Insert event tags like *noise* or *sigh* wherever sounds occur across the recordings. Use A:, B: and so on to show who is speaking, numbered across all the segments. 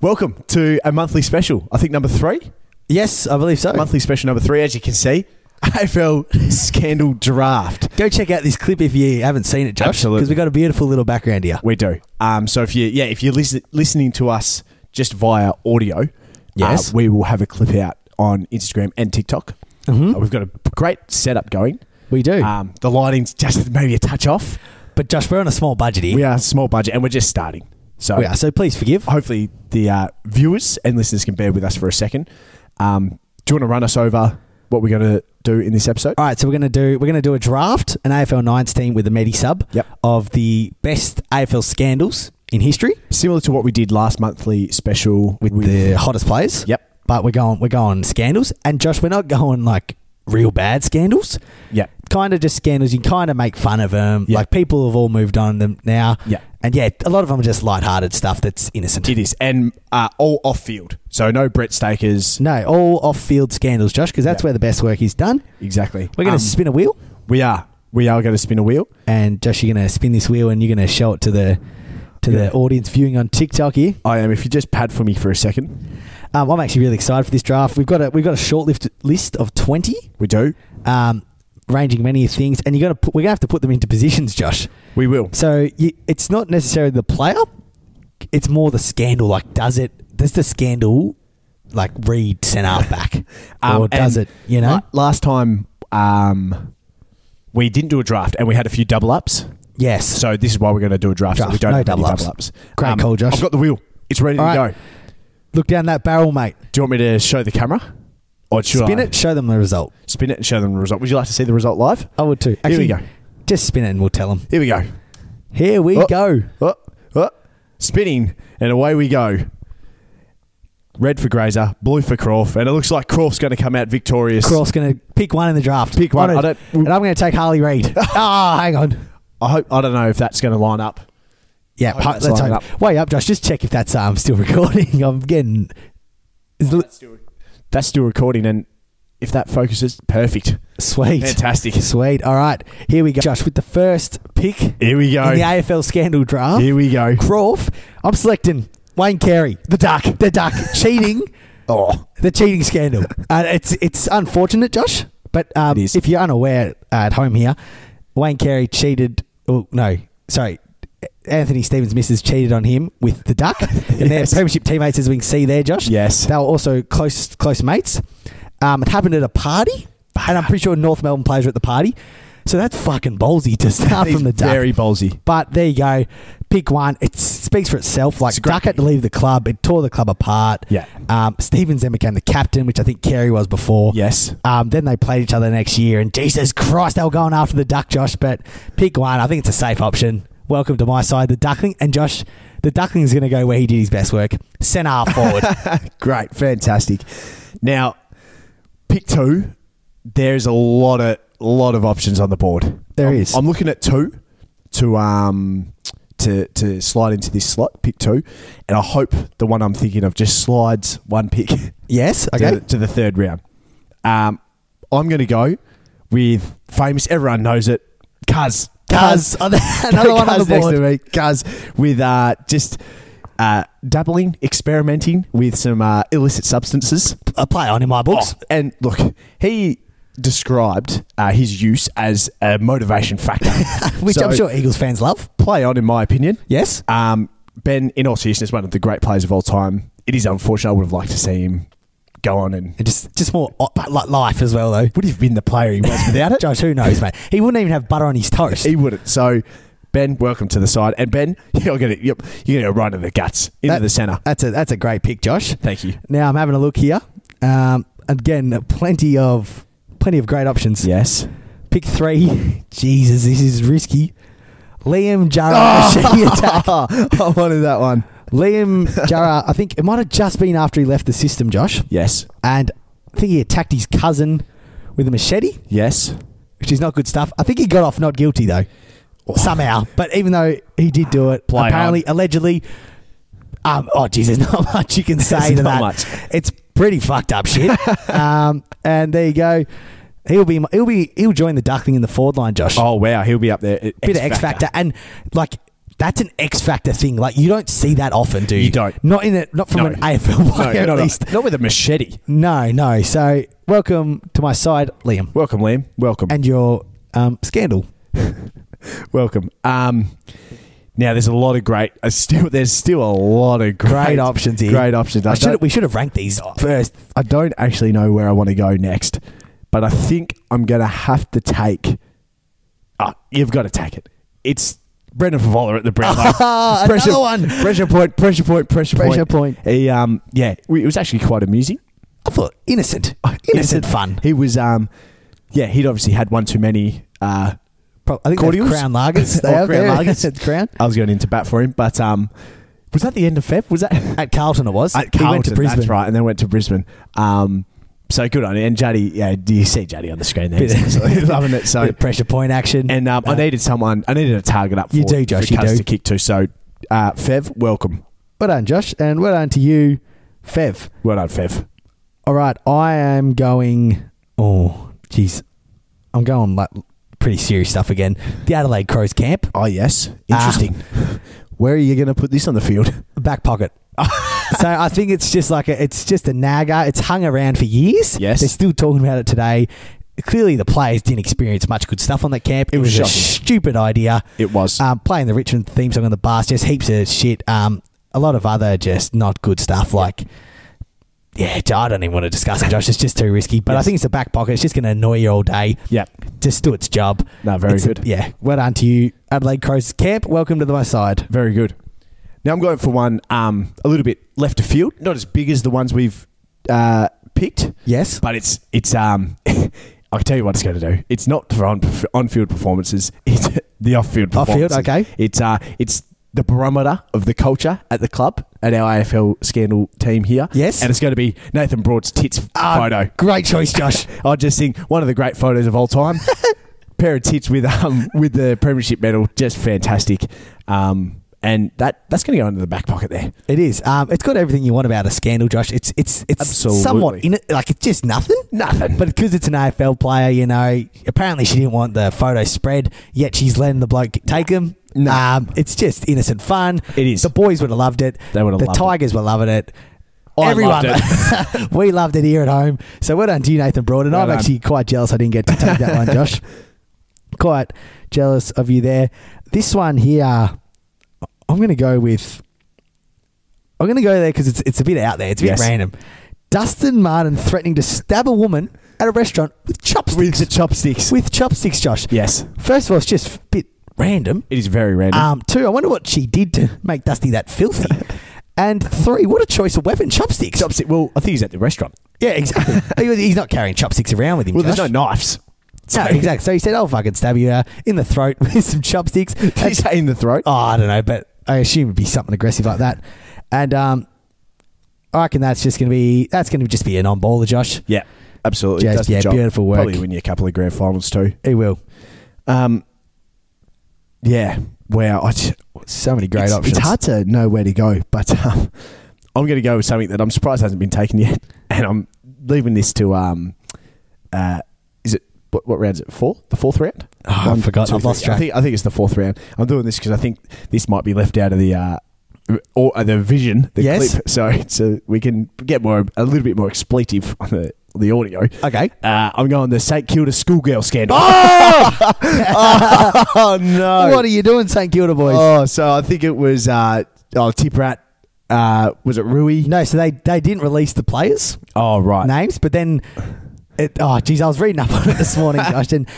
A: Welcome to a monthly special. I think number three.
B: Yes, I believe so.
A: Monthly special number three, as you can see, *laughs* AFL scandal draft.
B: Go check out this clip if you haven't seen it, Josh.
A: Absolutely.
B: Because we've got a beautiful little background here.
A: We do. Um, so if you, yeah, if you're lis- listening to us just via audio, uh,
B: Yes.
A: we will have a clip out on Instagram and TikTok. Uh, we've got a great setup going.
B: Mm-hmm. We do.
A: Um, the lighting's just maybe a touch off.
B: Uh, but, Josh, we're on a small budget here.
A: We are small budget and we're just starting. So
B: We are, so please forgive.
A: hopefully the uh, viewers and listeners can bear with us for a second. Um, do you want to run us over what we're going to do in this episode?
B: All right, so we're gonna do we're gonna do a draft, an AFL Nines team with a Medi sub
A: Yep.
B: of the best AFL scandals in history
A: Similar to what we did last monthly special
B: with, the hottest players.
A: Yep.
B: But we're going we're going scandals, and Josh, we're not going like real bad scandals.
A: Yep.
B: Kind of just scandals you kind of make fun of them.
A: Yeah.
B: Like people have all moved on them now.
A: Yeah.
B: And yeah, a lot of them are just lighthearted stuff that's innocent.
A: It is, and uh, all off field. So no Brett Stakers.
B: No, all off-field scandals, Josh, because that's
A: Yeah.
B: where the best work is done.
A: Exactly.
B: We're going
A: Um,
B: to spin a wheel,
A: we are. We are going to spin a wheel.
B: and Josh, you're going to spin this wheel, and you're going to show it to the to
A: Yeah.
B: the audience viewing on TikTok here.
A: I am. If you just pad for me for a second,
B: Um, I'm actually really excited for this draft. We've got a we've got a short-lived list of 20,
A: we do.
B: um, ranging many things, and you're going to put, we're going to have to put them into positions, Josh.
A: We will.
B: So you, it's not necessarily the player; it's more the scandal. Like, does it? Does the scandal like read centre half back,
A: *laughs* Um,
B: or does
A: and
B: it? You know,
A: la- last time um, we didn't do a draft, and we had a few double ups.
B: yes.
A: So this is why we're going to do a draft. so
B: Draft,
A: we don't
B: no
A: have any Um,
B: double ups. Great call, Josh.
A: I've got the wheel. It's ready
B: All
A: to
B: right.
A: go.
B: Look down that barrel, mate.
A: Do you want me to show the camera, or should
B: Spin
A: I
B: it, show them the result.
A: Spin it and show them the result. Would you like to see the result live?
B: I would too.
A: Here we
B: Actually,
A: go.
B: Just spin it and we'll tell them.
A: Here we go.
B: Here we
A: Oh.
B: go.
A: Oh, oh, spinning, and away we go. Red for Grazer, blue for Croft, and it looks like Croft's going to come out victorious.
B: Croft's going to pick one in the draft.
A: Pick one.
B: I
A: I don't-
B: and I'm going to take Harley Reid.
A: *laughs*
B: Ah, hang on.
A: I hope I don't know if that's going to line up.
B: Yeah,
A: Hope
B: ho-
A: it's
B: let's
A: lining
B: hope.
A: up.
B: Wait up, Josh. Just check if that's um, still *laughs* recording. I'm getting. Is the-
A: That's still recording, and if that focuses, perfect,
B: sweet.
A: fantastic.
B: Sweet. All right. Here we go. Josh, with the first pick in
A: Here we go.
B: the AFL scandal draft.
A: Here we go.
B: Croft, I'm selecting Wayne Carey. The duck.
A: *laughs*
B: The duck. Cheating.
A: Oh,
B: the
A: *laughs*
B: cheating scandal. Uh, it's it's unfortunate, Josh, but um,
A: It is.
B: if you're unaware uh, at home here, Wayne Carey cheated. Oh no, sorry, Anthony Stevens' missus cheated on him with
A: *laughs*
B: the duck, and their
A: Yes.
B: premiership teammates, as we can see there, Josh.
A: Yes.
B: they were also close close mates. Um, it happened at a party, and I'm pretty sure North Melbourne players were at the party. So that's fucking ballsy to start
A: he's
B: from the duck.
A: very ballsy.
B: But there you go. Pick one. It speaks for itself. Like
A: It's a great
B: Duck had to
A: pick.
B: leave the club. It tore the club apart.
A: Yeah.
B: Um, Stevens then became the captain, which I think Carey was before.
A: Yes, *laughs*
B: Um, then they played each other next year, and Jesus Christ, they were going after the Duck, Josh. But pick one. I think it's a safe option. Welcome to my side, the Duckling. And Josh, the Duckling's going to go where he did his best work. Centre half forward.
A: great, fantastic. Now, pick two. There's a lot of lot of options on the board.
B: There
A: There
B: is.
A: I'm looking at two to um to to slide into this slot, pick two, and I hope the one I'm thinking of just slides one pick
B: *laughs*
A: *laughs*
B: yes.
A: to,
B: Okay.
A: the, to the third round. Um, I'm going to go with famous. Everyone knows it. Cuz,
B: Cuz. *laughs* Another one on the
A: Cuz next to
B: board.
A: me. Cuz with uh, just uh, dabbling, experimenting with some uh, illicit substances.
B: A play on in my books.
A: Oh, and look, he described uh, his use as a motivation factor,
B: *laughs* Which
A: So,
B: I'm sure Eagles fans love.
A: play on, in my opinion.
B: Yes.
A: Um, ben, in all seriousness, one of the great players of all time. It is unfortunate. I would have liked to see him go on and
B: And just, just more uh, like life as well, though.
A: would have been the player he was without it.
B: *laughs* Josh, who knows, mate? He wouldn't even have butter on his
A: *laughs*
B: toast.
A: He wouldn't. So, Ben, welcome to the side. And Ben, *laughs* you're gonna yep, you're gonna go right into the guts, into
B: That-
A: the center.
B: That's a that's a great pick, Josh.
A: Thank you.
B: Now I'm having a look here. Um, again, plenty of plenty of great options.
A: Yes.
B: Pick three. *laughs* Jesus, this is risky. Liam Jarrah machine attack. *laughs*
A: I wanted that one.
B: Liam Jarrah. I think it might have just been after he left the system, Josh,
A: Yes.
B: and I think he attacked his cousin with a machete,
A: Yes.
B: which is not good stuff. I think he got off not guilty though, somehow. But even though he did do it,
A: Play
B: apparently, allegedly. Um, oh, geez, there's *laughs* not much you can
A: *laughs*
B: say
A: There's
B: to
A: not
B: that.
A: much.
B: It's pretty fucked
A: *laughs*
B: up shit. um, and there you go. He'll be he'll be he'll join the duckling in the forward line, Josh.
A: Oh wow, he'll be up there.
B: Bit of X factor and like that's an X factor thing. Like you don't see that often, do you?
A: You don't.
B: Not in it. Not from
A: No.
B: an AFL
A: No,
B: player,
A: no,
B: *laughs* at
A: no.
B: least.
A: Not with a machete.
B: No, no. So welcome to my side, Liam,
A: Welcome, Liam. Welcome.
B: and your um, scandal.
A: Welcome. Um, now there's a lot of great. Uh, still, there's still a lot of great,
B: Great options here.
A: Great options. I,
B: I should
A: don't,
B: we should have ranked these first.
A: I don't actually know where I want to go next, but I think I'm going to have to take. Ah, you've got to take it. It's Brendan Favola at the Brownlow.
B: *laughs* Another one.
A: Pressure point. Pressure point. Pressure,
B: Pressure
A: point.
B: point.
A: He, um, yeah, we, it was actually quite amusing.
B: I thought innocent, Oh,
A: Uh,
B: innocent, fun.
A: He was. Um, yeah, he'd obviously had one too many. Uh,
B: Pro- I think
A: Cordials?
B: Cordials? Crown Lagers. They
A: *laughs* Or
B: have
A: Crown
B: there.
A: Lagers.
B: It's *laughs* Crown
A: I was going into bat for him, but um, was that the end of Feb? Was *laughs* that?
B: at Carlton. It was.
A: *laughs* At
B: he went to
A: Carlton,
B: Brisbane.
A: That's right, and then went to Brisbane. Um, so good on it. And Jaddy, yeah, do you see Jaddy on the screen there?
B: Bit
A: He's
B: of-
A: *laughs* absolutely loving it. So,
B: Bit of pressure point action.
A: and um, I
B: Uh,
A: needed someone. I needed a target up. For,
B: You do, Josh,
A: For
B: you
A: Cuz
B: do.
A: to kick to. So, uh, Fev, welcome.
B: well done, Josh, and well done to you, Fev.
A: Well done, Fev.
B: All right, I am going. Oh, jeez, I'm going like pretty serious stuff again. The Adelaide Crows camp,
A: Oh yes,
B: Ah.
A: interesting. *laughs* Where are you going to put this on the field?
B: back pocket. so I think it's just like a, it's just a nagger. It's hung around for years.
A: Yes.
B: they're still talking about it today. Clearly, the players didn't experience much good stuff on that camp. It,
A: was
B: was a
A: shocking.
B: stupid idea.
A: *laughs* It was.
B: um, playing the Richmond theme song on the bus, just heaps of shit. Um, a lot of other just not good stuff. Like, yeah, I don't even want to discuss it, Josh. It's just too risky. But I
A: Yes.
B: think it's the back pocket. It's just going to annoy you all day.
A: yeah,
B: Just do its job.
A: no, very
B: It's-
A: good.
B: yeah, well done to you, Adelaide Crows camp. Welcome to the my side.
A: Very good. Now I'm going for one um, a little bit left of field, not as big as the ones we've uh, picked,
B: Yes,
A: but it's it's um *laughs* I can tell you what it's going to do. It's not for on on field performances. *laughs* It's the off field
B: Off field,
A: performances.
B: okay.
A: It's uh it's the barometer of the culture at the club at our AFL scandal team here.
B: Yes.
A: and it's going to be Nathan Broad's tits
B: Ah,
A: photo.
B: Great choice, Josh.
A: I just think one of the great photos of all
B: *laughs*
A: time. Pair of tits with um with the premiership medal, just fantastic. Um, and that that's going to go into the back pocket there.
B: it is. Um, it's got everything you want about a scandal, Josh. It's it's it's
A: Absolutely. Mm.
B: somewhat in it. Like it's just nothing.
A: Nothing.
B: But because it's an AFL player, you know, apparently she didn't want the photo spread, yet she's letting the bloke take him.
A: No.
B: Um, it's just innocent fun.
A: It is.
B: The boys would have loved it.
A: They would have
B: The
A: loved it.
B: Tigers were loving it.
A: I
B: Everyone,
A: loved
B: *laughs* we loved it here at home. So well done to you, Nathan Broad. And
A: Well
B: I'm
A: done.
B: actually quite jealous I didn't get to
A: *laughs*
B: take that one, Josh. Quite jealous of you there. This one here, I'm going to go with. I'm going to go there because it's, it's a bit out there. It's a bit
A: Yes.
B: random. Dustin Martin threatening to stab a woman at a restaurant with
A: with
B: chopsticks.
A: the chopsticks.
B: With chopsticks, Josh.
A: yes,
B: First of all, it's just a bit random.
A: it is very random.
B: Um, two, I wonder what she did to make Dusty
A: *laughs*
B: that filthy. and three, what a choice of weapon, chopsticks.
A: Chopstick. Well, I think he's at the restaurant. *laughs*
B: yeah, exactly. He- He's not carrying chopsticks around with him.
A: Well,
B: Josh.
A: there's no knives.
B: No,
A: *laughs*
B: exactly. So he said, "I'll fucking stab you uh, in the throat *laughs* with some chopsticks."
A: Did he say in the throat?
B: *laughs* oh, I don't know, but I assume it'd be something aggressive like that. And um, I reckon that's just gonna be that's gonna just be an on baller, Josh.
A: Yeah, absolutely.
B: Jazz,
A: Does the
B: yeah,
A: job.
B: beautiful work.
A: Probably win you a couple of grand finals too.
B: He will.
A: Um, yeah. Wow. I j-
B: So many great
A: it's,
B: options.
A: It's hard to know where to go, but um, I'm going to go with something that I'm surprised hasn't been taken yet, *laughs* and I'm leaving this to um, uh, is it what, what round is it? Four? The fourth round?
B: Oh, I've forgotten. I've lost
A: three.
B: track.
A: I think I think it's the fourth round. I'm doing this because I think this might be left out of the. Uh, or uh, the vision, the
B: Yes.
A: clip, so so we can get more a little bit more expletive on the the audio.
B: Okay.
A: Uh, I'm going the St Kilda schoolgirl scandal. *laughs*
B: *laughs*
A: oh no!
B: What are you doing, St Kilda boys?
A: Oh, so I think it was uh, oh Tip Rat. Uh, was it Rui?
B: no, so they they didn't release the players'
A: Oh right.
B: names, but then. It, oh geez, I was reading up *laughs* on it this morning, Josh, and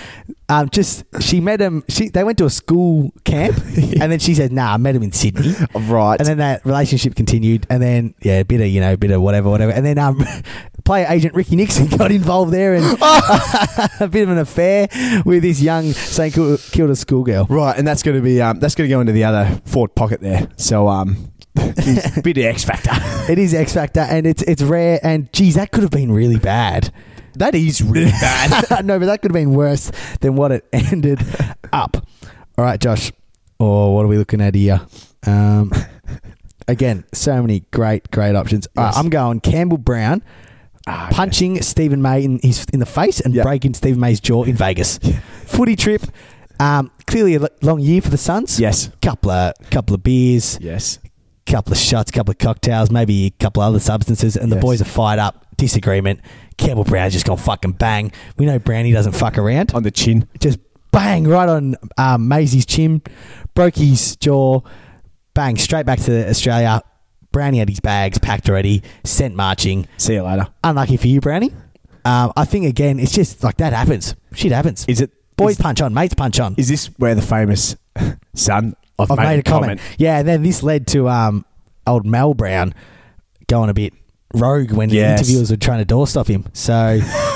B: um, just she met him. She they went to a school camp, and then she said, "Nah, I met him in Sydney."
A: Right.
B: and then that relationship continued, and then yeah, a bit of you know, a bit of whatever, whatever, and then um, *laughs* player agent Ricky Nixon *laughs* got involved there, and *laughs* a bit of an affair with this young St Kil- Kilda schoolgirl.
A: right, and that's going to be um, that's going to go into the other forward pocket there. So
B: *laughs*
A: um, bit of X factor.
B: It is X Factor, and it's it's rare, and geez, that could have been really bad.
A: That is *laughs* really bad.
B: *laughs* no, but that could have been worse than what it *laughs* ended up. All right, Josh. Oh, what are we looking at here? Um, *laughs* again, so many great, great options. All right,
A: Yes.
B: I'm going Campbell Brown
A: Ah,
B: punching Stephen May in his in the face and
A: Yeah. *laughs*
B: breaking Stephen May's jaw in Vegas. Footy trip. Um, clearly a l- long year for the Suns.
A: Yes.
B: Couple of couple of beers,
A: Yes.
B: couple of shots, couple of cocktails, maybe a couple of other substances, and the
A: Yes.
B: boys are fired up. Disagreement. Campbell Brown's just gone fucking bang. We know Brownie doesn't fuck around.
A: On the chin.
B: Just bang right on um, Maisie's chin, broke his jaw, bang straight back to Australia. Brownie had his bags packed already, sent marching.
A: See you later.
B: Unlucky for you, Brownie. Um, I think again, it's just like that happens. Shit happens.
A: Is it
B: Boys
A: Is,
B: punch on, mates punch on.
A: is this where the famous son? I've,
B: I've made, a comment. Yeah, and then this led to um, old Mel Brown going a bit rogue when
A: Yes.
B: the interviewers were trying to doorstop him.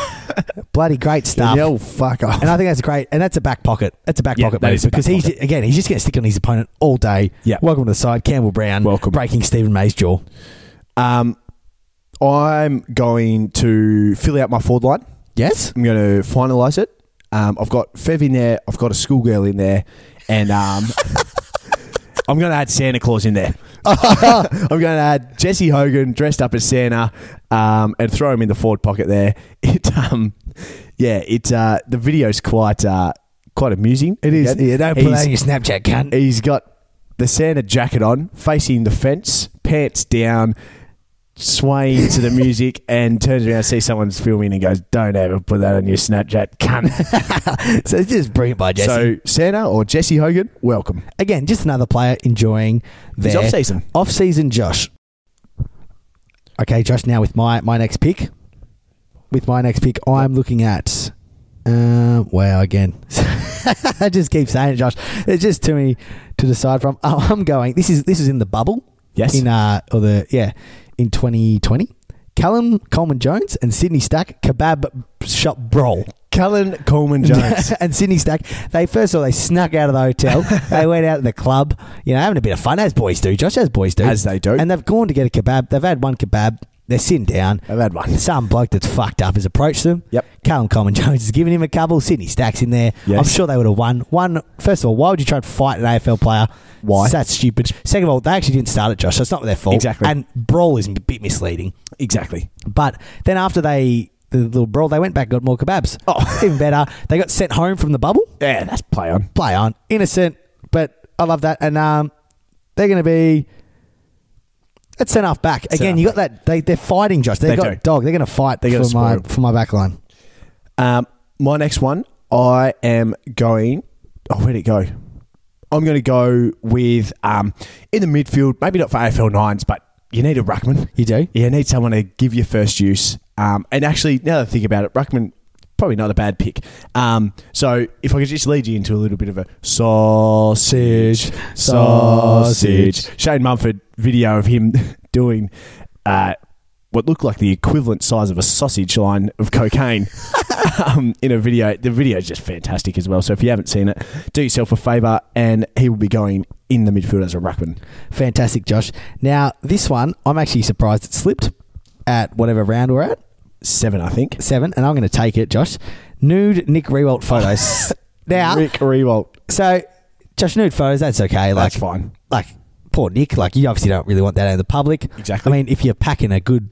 A: *laughs*
B: So bloody great stuff.
A: Yell fuck off.
B: And I think that's great. And that's a back pocket. That's a back
A: Yeah,
B: pocket
A: that
B: move
A: is a back
B: because he's again he's just going to stick on his opponent all day.
A: Yeah.
B: Welcome to the side, Campbell Brown.
A: Welcome.
B: Breaking Stephen May's jaw.
A: Um, I'm going to fill out my forward line.
B: Yes.
A: I'm going to finalise it. Um, I've got Fev in there. I've got a schoolgirl in there, and
B: *laughs*
A: um, I'm going to add Santa Claus in there. *laughs* I'm going to add Jesse Hogan dressed up as Santa um, and throw him in the forward pocket there. *laughs* It, um, yeah, it uh, the video's quite uh, quite amusing. It
B: Yeah, don't put that
A: He's-
B: in your Snapchat, cunt.
A: He's got the Santa jacket on, facing the fence, pants down, swaying to the music, and turns around, sees someone's filming, and goes, "Don't ever put that on your Snapchat, cunt."
B: *laughs* so just bring it by Jesse.
A: so Santa or Jesse Hogan, welcome.
B: again, just another player enjoying
A: It's
B: their
A: off season.
B: Off season, Josh. Okay, Josh. Now with my my next pick, with my next pick, I'm looking at. Uh, wow, again. *laughs* I just keep saying it, Josh. There's just too many to decide from. Oh, I'm going. This is this is in the bubble.
A: Yes.
B: In uh or the yeah, in 2020, Callum Coleman Jones and Sydney Stack kebab shop brawl.
A: Cullen Coleman Jones.
B: *laughs* and Sydney Stack. They first of all they snuck out of
A: *laughs*
B: the hotel. they went out to the club, you know, having a bit of fun as boys do. Josh as boys do,
A: As they do.
B: And they've gone to get a kebab. They've had one kebab. They're sitting down.
A: I've had one.
B: Some bloke that's fucked up has approached them.
A: Uh, Yep.
B: Callum Common *laughs* Jones has given him a couple. Sydney Stacks in there.
A: Yes.
B: I'm sure they would have won. One, first of all, why would you try and fight an AFL player?
A: Why?
B: That's stupid. Second of all, they actually didn't start it, Josh. So it's not their fault.
A: Exactly.
B: And brawl is a bit misleading.
A: Exactly.
B: But then after they the little brawl, they went back and got more kebabs.
A: Oh.
B: *laughs* even better. They got sent home from the bubble.
A: Yeah, that's play on.
B: Play on, innocent, but I love that. And um, they're going to be. That's sent off back again.
A: off
B: You got that? They they're fighting, Josh.
A: They
B: They've got
A: do.
B: dog. They're going to fight
A: They're gonna
B: for my
A: spoil.
B: for my back line.
A: Um, my next one, I am going. Oh, where'd it go? I'm going to go with um, in the midfield. Maybe not for AFL nines, but you need a ruckman.
B: You do.
A: Yeah, need someone to give you first use. Um, and actually, now that I think about it, Ruckman probably not a bad pick. Um, so if I could just lead you into a little bit of a sausage, sausage. Shane Mumford video of him *laughs* doing uh, what looked like the equivalent size of a sausage line of cocaine um, in a video. The video is just fantastic as well. So if you haven't seen it, do yourself a favour, and he will be going in the midfield as a ruckman.
B: Fantastic, Josh. Now this one, I'm actually surprised it slipped at whatever round we're at
A: Seven, I think.
B: seven, and I'm going to take it, Josh. Nude Nick
A: *laughs*
B: Rewalt photos. now,
A: Rick Rewalt.
B: so Josh, nude photos. That's okay. Like
A: That's fine.
B: like poor Nick, like you obviously don't really want that out in the public.
A: Exactly.
B: I mean, if you're packing a good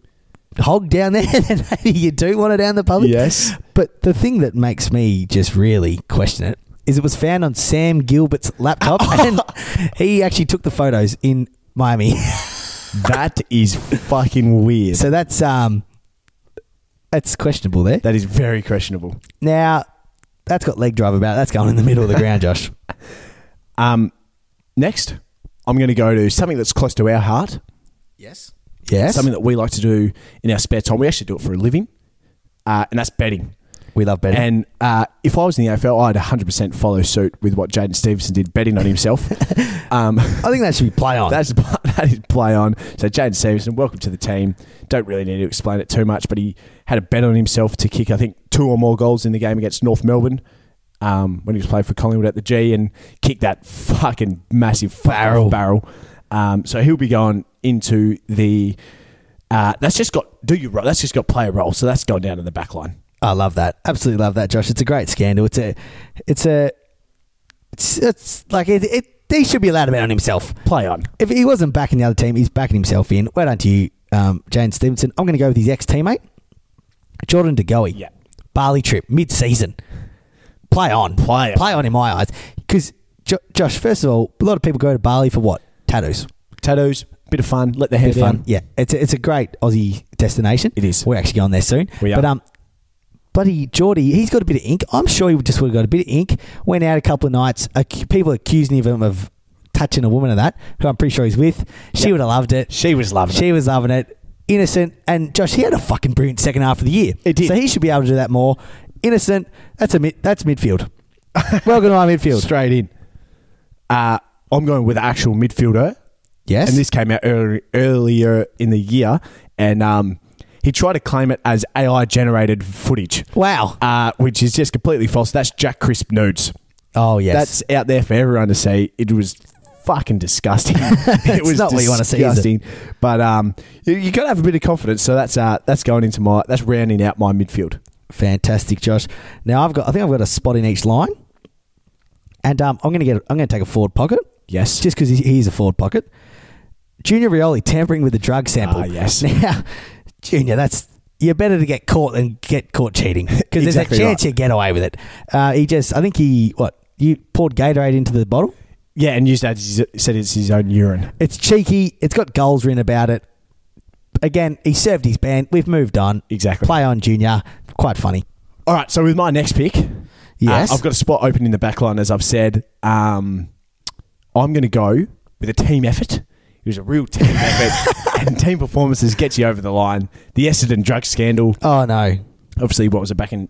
B: hog down there, *laughs* then maybe you do want it out in the public.
A: Yes.
B: But the thing that makes me just really question it is it was found on Sam Gilbert's
A: *laughs*
B: laptop, and he actually took the photos in Miami. *laughs*
A: That is fucking weird.
B: so that's um, that's questionable there.
A: that is very questionable.
B: Now, that's got leg drive about. It. That's going in the middle of the
A: *laughs*
B: ground, Josh.
A: Um, next, I'm going to go to something that's close to our heart,
B: Yes. Yes.
A: something that we like to do in our spare time. We actually do it for a living, uh, and that's betting.
B: we love betting.
A: And uh, if I was in the AFL, I'd 100% follow suit with what Jaden Stevenson did, betting on
B: *laughs*
A: himself. um,
B: I think that should be play on.
A: That's *laughs* that is play on. So Jaden Stevenson, welcome to the team. Don't really need to explain it too much, but he had a bet on himself to kick, I think, two or more goals in the game against North Melbourne um, when he was playing for Collingwood at the G and kicked that fucking massive barrel. Barrel. Um, so he'll be going into the. Uh, that's just got do you ro- that's just got player role, so that's going down in the back line.
B: I love that. Absolutely love that, Josh. It's a great scandal. It's a, it's a, it's, it's like it, it. He should be allowed to bet on himself.
A: Play on.
B: If he wasn't backing the other team, he's backing himself in. Well done to you, um, Jane Stevenson. I'm going to go with his ex teammate, Jordan DeGoey.
A: Yeah.
B: Bali trip mid season. play on.
A: Play on.
B: Play on in my eyes. Because, jo- Josh, first of all, a lot of people go to Bali for what? Tattoos.
A: Tattoos, bit of fun, let the hair
B: Bit of,
A: fun.
B: um, Yeah, it's a, it's a great Aussie destination.
A: It is.
B: We're actually going there soon.
A: We are.
B: But um, bloody Geordie, he's got a bit of ink. I'm sure he just would have got a bit of ink. Went out a couple of nights. ac- people accusing him of touching a woman and that, who I'm pretty sure he's with. She
A: Yeah.
B: would have loved it.
A: She was loving
B: She was loving it. Innocent. And Josh, he had a fucking brilliant second half of the year.
A: It did.
B: So he should be able to do that more. Innocent. That's a mid, that's midfield. Welcome to my
A: it. *laughs*
B: midfield.
A: Straight in. Uh, I'm going with the actual midfielder,
B: Yes.
A: and this came out early, earlier in the year, and um, he tried to claim it as AI generated footage,
B: wow.
A: uh, which is just completely false. That's Jack Crisp nudes.
B: Oh yes.
A: That's out there for everyone to see. It was fucking
B: *laughs*
A: disgusting. *laughs* it was
B: not what you wanna see, is it?
A: disgusting. But um, you, you got to have a bit of confidence. So that's uh, that's going into my that's rounding out my midfield.
B: Fantastic, Josh. Now I've got I think I've got a spot in each line. And um, I'm gonna get I'm gonna take a forward pocket.
A: Yes.
B: Just because he's a forward pocket. Junior Rioli tampering with the drug sample.
A: Ah, yes.
B: *laughs* Now, Junior, that's you're better to get caught than get caught cheating because
A: Exactly
B: there's a chance
A: right.
B: you get away with it. Uh, he just, I think he what you poured Gatorade into the bottle.
A: Yeah, and used that as his- said it's his own urine.
B: It's cheeky. It's got goals written about it. Again, he served his ban. We've moved on.
A: Exactly.
B: Play on, Junior. Quite funny.
A: All right. So with my next pick, uh,
B: Yes.
A: I've got a spot open in the back line as I've said. Um, I'm going to go with a team effort. It was a real
B: *laughs*
A: team effort, and team performances gets you over the line. The Essendon drug scandal.
B: Oh no.
A: obviously what was it back in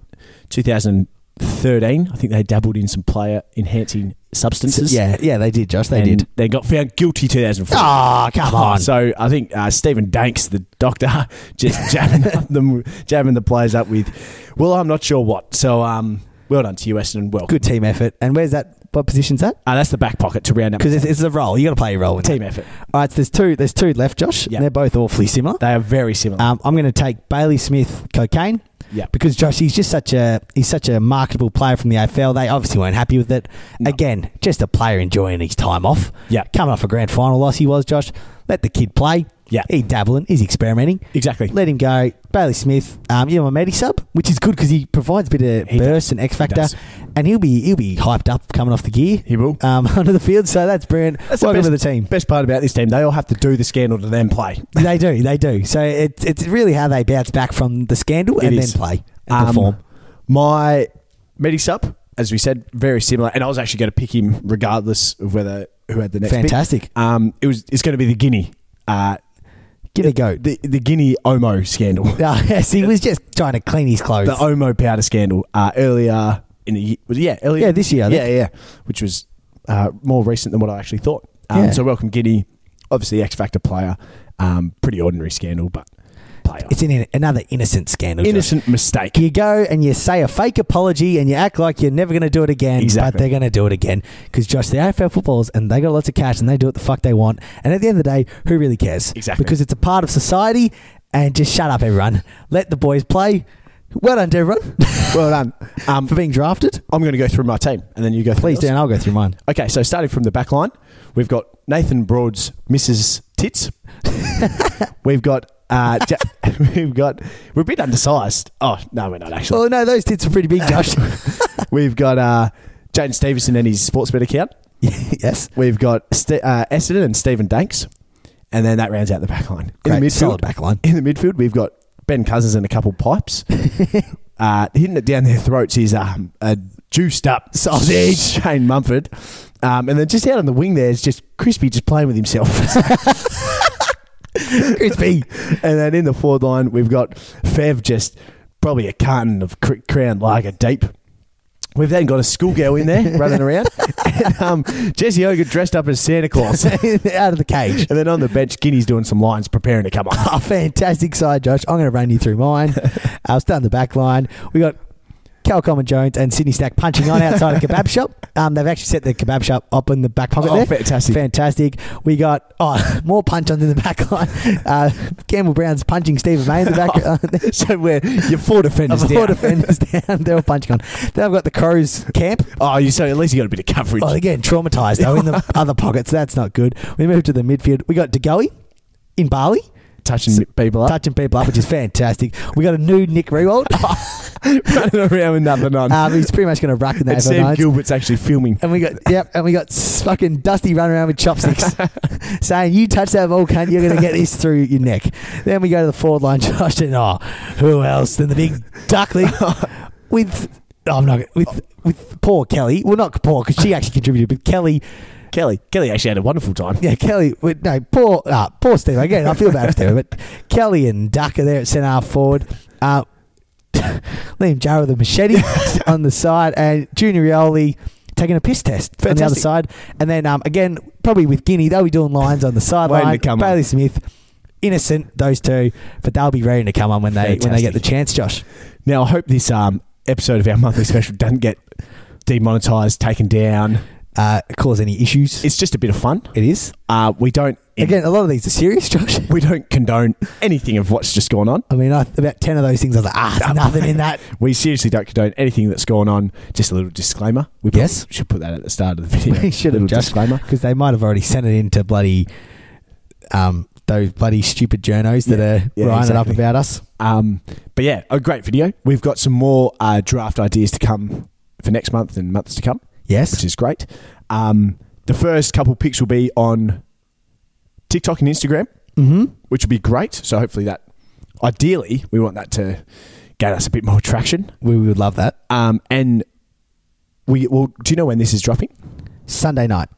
A: 2013 i think they dabbled in some player enhancing substances
B: Yeah, yeah, they did, Josh. They
A: and Ah,
B: did.
A: they got found guilty 2004
B: Oh, come on.
A: So I think uh, Stephen Danks, the doctor, *laughs* just jabbing up them, jabbing the players up with, well, I'm not sure what. So, um, well done to you, Essendon. Well,
B: Good team effort. And where's that? What position's that?
A: Uh, that's the back pocket to round up
B: Because it's, it's a role. You got to play your role. In
A: team
B: that.
A: effort.
B: All right. So there's two. There's two left, Josh.
A: Yeah.
B: And they're both awfully similar.
A: They are very similar.
B: Um, I'm going to take Bailey Smith cocaine.
A: Yeah.
B: Because Josh, he's just such a he's such a marketable player from the AFL. They obviously weren't happy with it.
A: No.
B: Again, just a player enjoying his time off.
A: Yeah.
B: Coming off a grand final loss, he was Josh. Let the kid play.
A: Yeah.
B: He dabbling. He's experimenting.
A: exactly.
B: Let him go. Bailey Smith, um, you know, my Medi sub, which is good because he provides a bit of
A: He
B: burst and X factor,
A: does.
B: and he'll be he'll be hyped up coming off the gear
A: He will.
B: um, *laughs* under the field. So that's brilliant.
A: That's the
B: Welcome to the
A: best-
B: team.
A: Best part about this team, they all have to do the scandal to then play.
B: they do, they do. So it's it's really how they bounce back from the scandal
A: It
B: and
A: is. Um,
B: then play and perform.
A: My Medisup, as we said, very similar, and I was actually going to pick him regardless of whether who had the next. pick.
B: Fantastic. *laughs*
A: Um, it was. It's going to be the Guinea, uh,
B: Give it a go.
A: the the Guinea Omo
B: *laughs*
A: scandal,
B: Ah, yes, he was just trying to clean his clothes.
A: the Omo powder scandal. Uh, earlier in the ye- was it- yeah earlier
B: Yeah, this year, I
A: yeah yeah, which was uh, more recent than what I actually thought. Um,
B: Yeah.
A: So welcome Guinea, obviously X Factor player, um, pretty ordinary scandal, but player.
B: it's in another innocent scandal. Josh.
A: Innocent mistake.
B: *laughs* You go and you say a fake apology and you act like you're never going to do it again,
A: Exactly.
B: but they're going to do it again because Josh, the AFL footballers and they got lots of cash and they do what the fuck they want. And at the end of the day, who really cares?
A: Exactly.
B: Because it's a part of society. And just shut up, everyone. Let the boys play. Well done, to everyone, *laughs*
A: Well done. Um,
B: for being drafted.
A: I'm going to go through my team, and then you go. through
B: Please,
A: yours.
B: Dan, I'll go through mine.
A: Okay, so starting from the back line, we've got Nathan Broad's Mrs.
B: *laughs*
A: Tits. we've got uh, ja- *laughs* we've got we're a bit undersized. Oh no, we're not actually.
B: *laughs* Oh no, those tits are pretty big, Josh. *laughs*
A: We've got uh, Jaden Stevenson and his sports bet account.
B: yes.
A: We've got Ste uh, Essendon and Stephen Danks, and then that rounds out the back line. in the
B: Great,
A: midfield,
B: solid back line.
A: in the midfield, we've got Ben Cousins and a couple *laughs* pipes. uh, hitting it down their throats is um, a juiced *laughs* up sausage, Shane Mumford. Um, and then just out on the wing there is just Crispy just playing with himself. *laughs* Crispy. and then in the forward line, we've got Fev just probably a carton of cr- Crown Lager deep. We've then got a schoolgirl in there running *laughs* around. And, um, Jesse Oger dressed up as Santa *laughs* Claus. and
B: *laughs* Out of the cage.
A: then on the bench, Guinea's doing some lines preparing to come on.
B: *laughs* Oh, fantastic side, Josh. I'm going to run you
A: *laughs*
B: through mine. I was down the back line. We got Cal Coleman Jones and Sydney Stack punching on outside a kebab shop. Um, they've actually set the kebab shop up in the back pocket
A: Oh,
B: there.
A: fantastic.
B: Fantastic. We got oh, *laughs* more punch ons in the back line. Uh, Campbell Brown's punching Stephen May in
A: *laughs*
B: the back. *laughs* Uh,
A: So we're your four defenders
B: four
A: Oh, down.
B: defenders *laughs* down. They're all punching on. Then I've got the Crows camp.
A: oh, you so at least you got a bit of coverage.
B: Oh, again, traumatized
A: *laughs*
B: though in the other pockets. That's not good. We move to the midfield. We got DeGoey in Bali.
A: touching people up,
B: touching people up, which is fantastic. We got a new Nick Rewald.
A: running *laughs* around with nothing on.
B: Um, he's pretty much going to
A: *laughs*
B: rack in
A: and
B: that
A: Sam
B: overnight.
A: Gilbert's actually filming.
B: And we got yep, and we got s- fucking Dusty running around with chopsticks, saying, "You touch that ball, cunt, you're going to get this through your neck." Then we go to the forward line, *laughs* Josh, and oh, who else than the big duckling with oh, I'm not with with poor Kelly. Well, not poor because she actually contributed, but Kelly,
A: *laughs* Kelly, Kelly actually had a wonderful time.
B: yeah, Kelly. with- No, poor ah, poor Steve. Again, I feel bad for Steve, but Kelly and Duck are there at centre half forward. Uh, *laughs* Liam Jarrell with
A: *laughs*
B: a machete on the side, and Junior Rioli taking a piss test on the other
A: Fantastic.
B: side. And then um, again, probably with Guinea, they'll be doing lines on the
A: Waiting to
B: sideline.
A: come
B: Bailey
A: on.
B: Smith, innocent those two, but they'll be ready to come on when they when they get the
A: Fantastic.
B: chance. Josh,
A: Now I hope this um, episode of our monthly special doesn't get demonetized, taken down.
B: uh, cause any issues?
A: It's just a bit of fun.
B: it is
A: Uh, we don't
B: again. A lot of these are serious, *laughs* Josh.
A: we don't condone anything of what's just gone on.
B: I mean, I, about ten of those things, I was like, ah, there's nothing in that.
A: We seriously don't condone anything that's gone on. Just a little disclaimer. We probably
B: Yes.
A: should put that at the start of the video. *laughs*
B: We should have
A: little
B: just-
A: disclaimer.
B: because they might have already sent it into bloody um, those bloody stupid journos that
A: Yeah.
B: are
A: Yeah,
B: writing it up
A: exactly.
B: about us.
A: Um, but yeah, a great video. We've got some more uh, draft ideas to come for next month and months to come, which
B: Yes,
A: is great. Um, the first couple picks will be on TikTok and Instagram,
B: mm-hmm.
A: which will be great. So hopefully that, ideally, we want that to gain us a bit more traction.
B: we would love that.
A: Um, and we well, do you know when this is dropping?
B: Sunday night,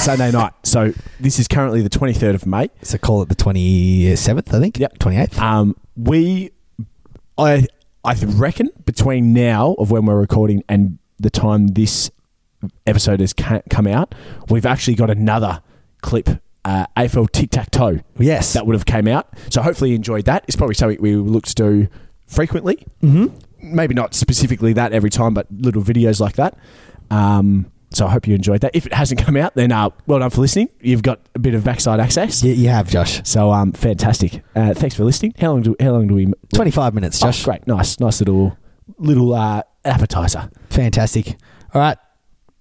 A: Sunday night. So this is currently the 23rd of May.
B: so call it the twenty seventh, I think.
A: Yep.
B: twenty eighth.
A: Um, we, I, I th- reckon between now of when we're recording and the time this episode has ca- come out, we've actually got another clip, uh, AFL Tic Tac Toe
B: Yes,
A: that would have came out. So hopefully you enjoyed that. It's probably something we will look to do frequently.
B: mm-hmm.
A: Maybe not specifically that every time, but little videos like that. Um, so I hope you enjoyed that. If it hasn't *laughs* come out, then uh, well done for listening. You've got a bit of backside access.
B: you, you have Josh.
A: So um, fantastic. Uh, thanks for listening. How long do how long do we?
B: Twenty five minutes,
A: Oh,
B: Josh.
A: great, nice, nice little little uh, appetizer.
B: Fantastic. All right,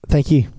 B: thank you.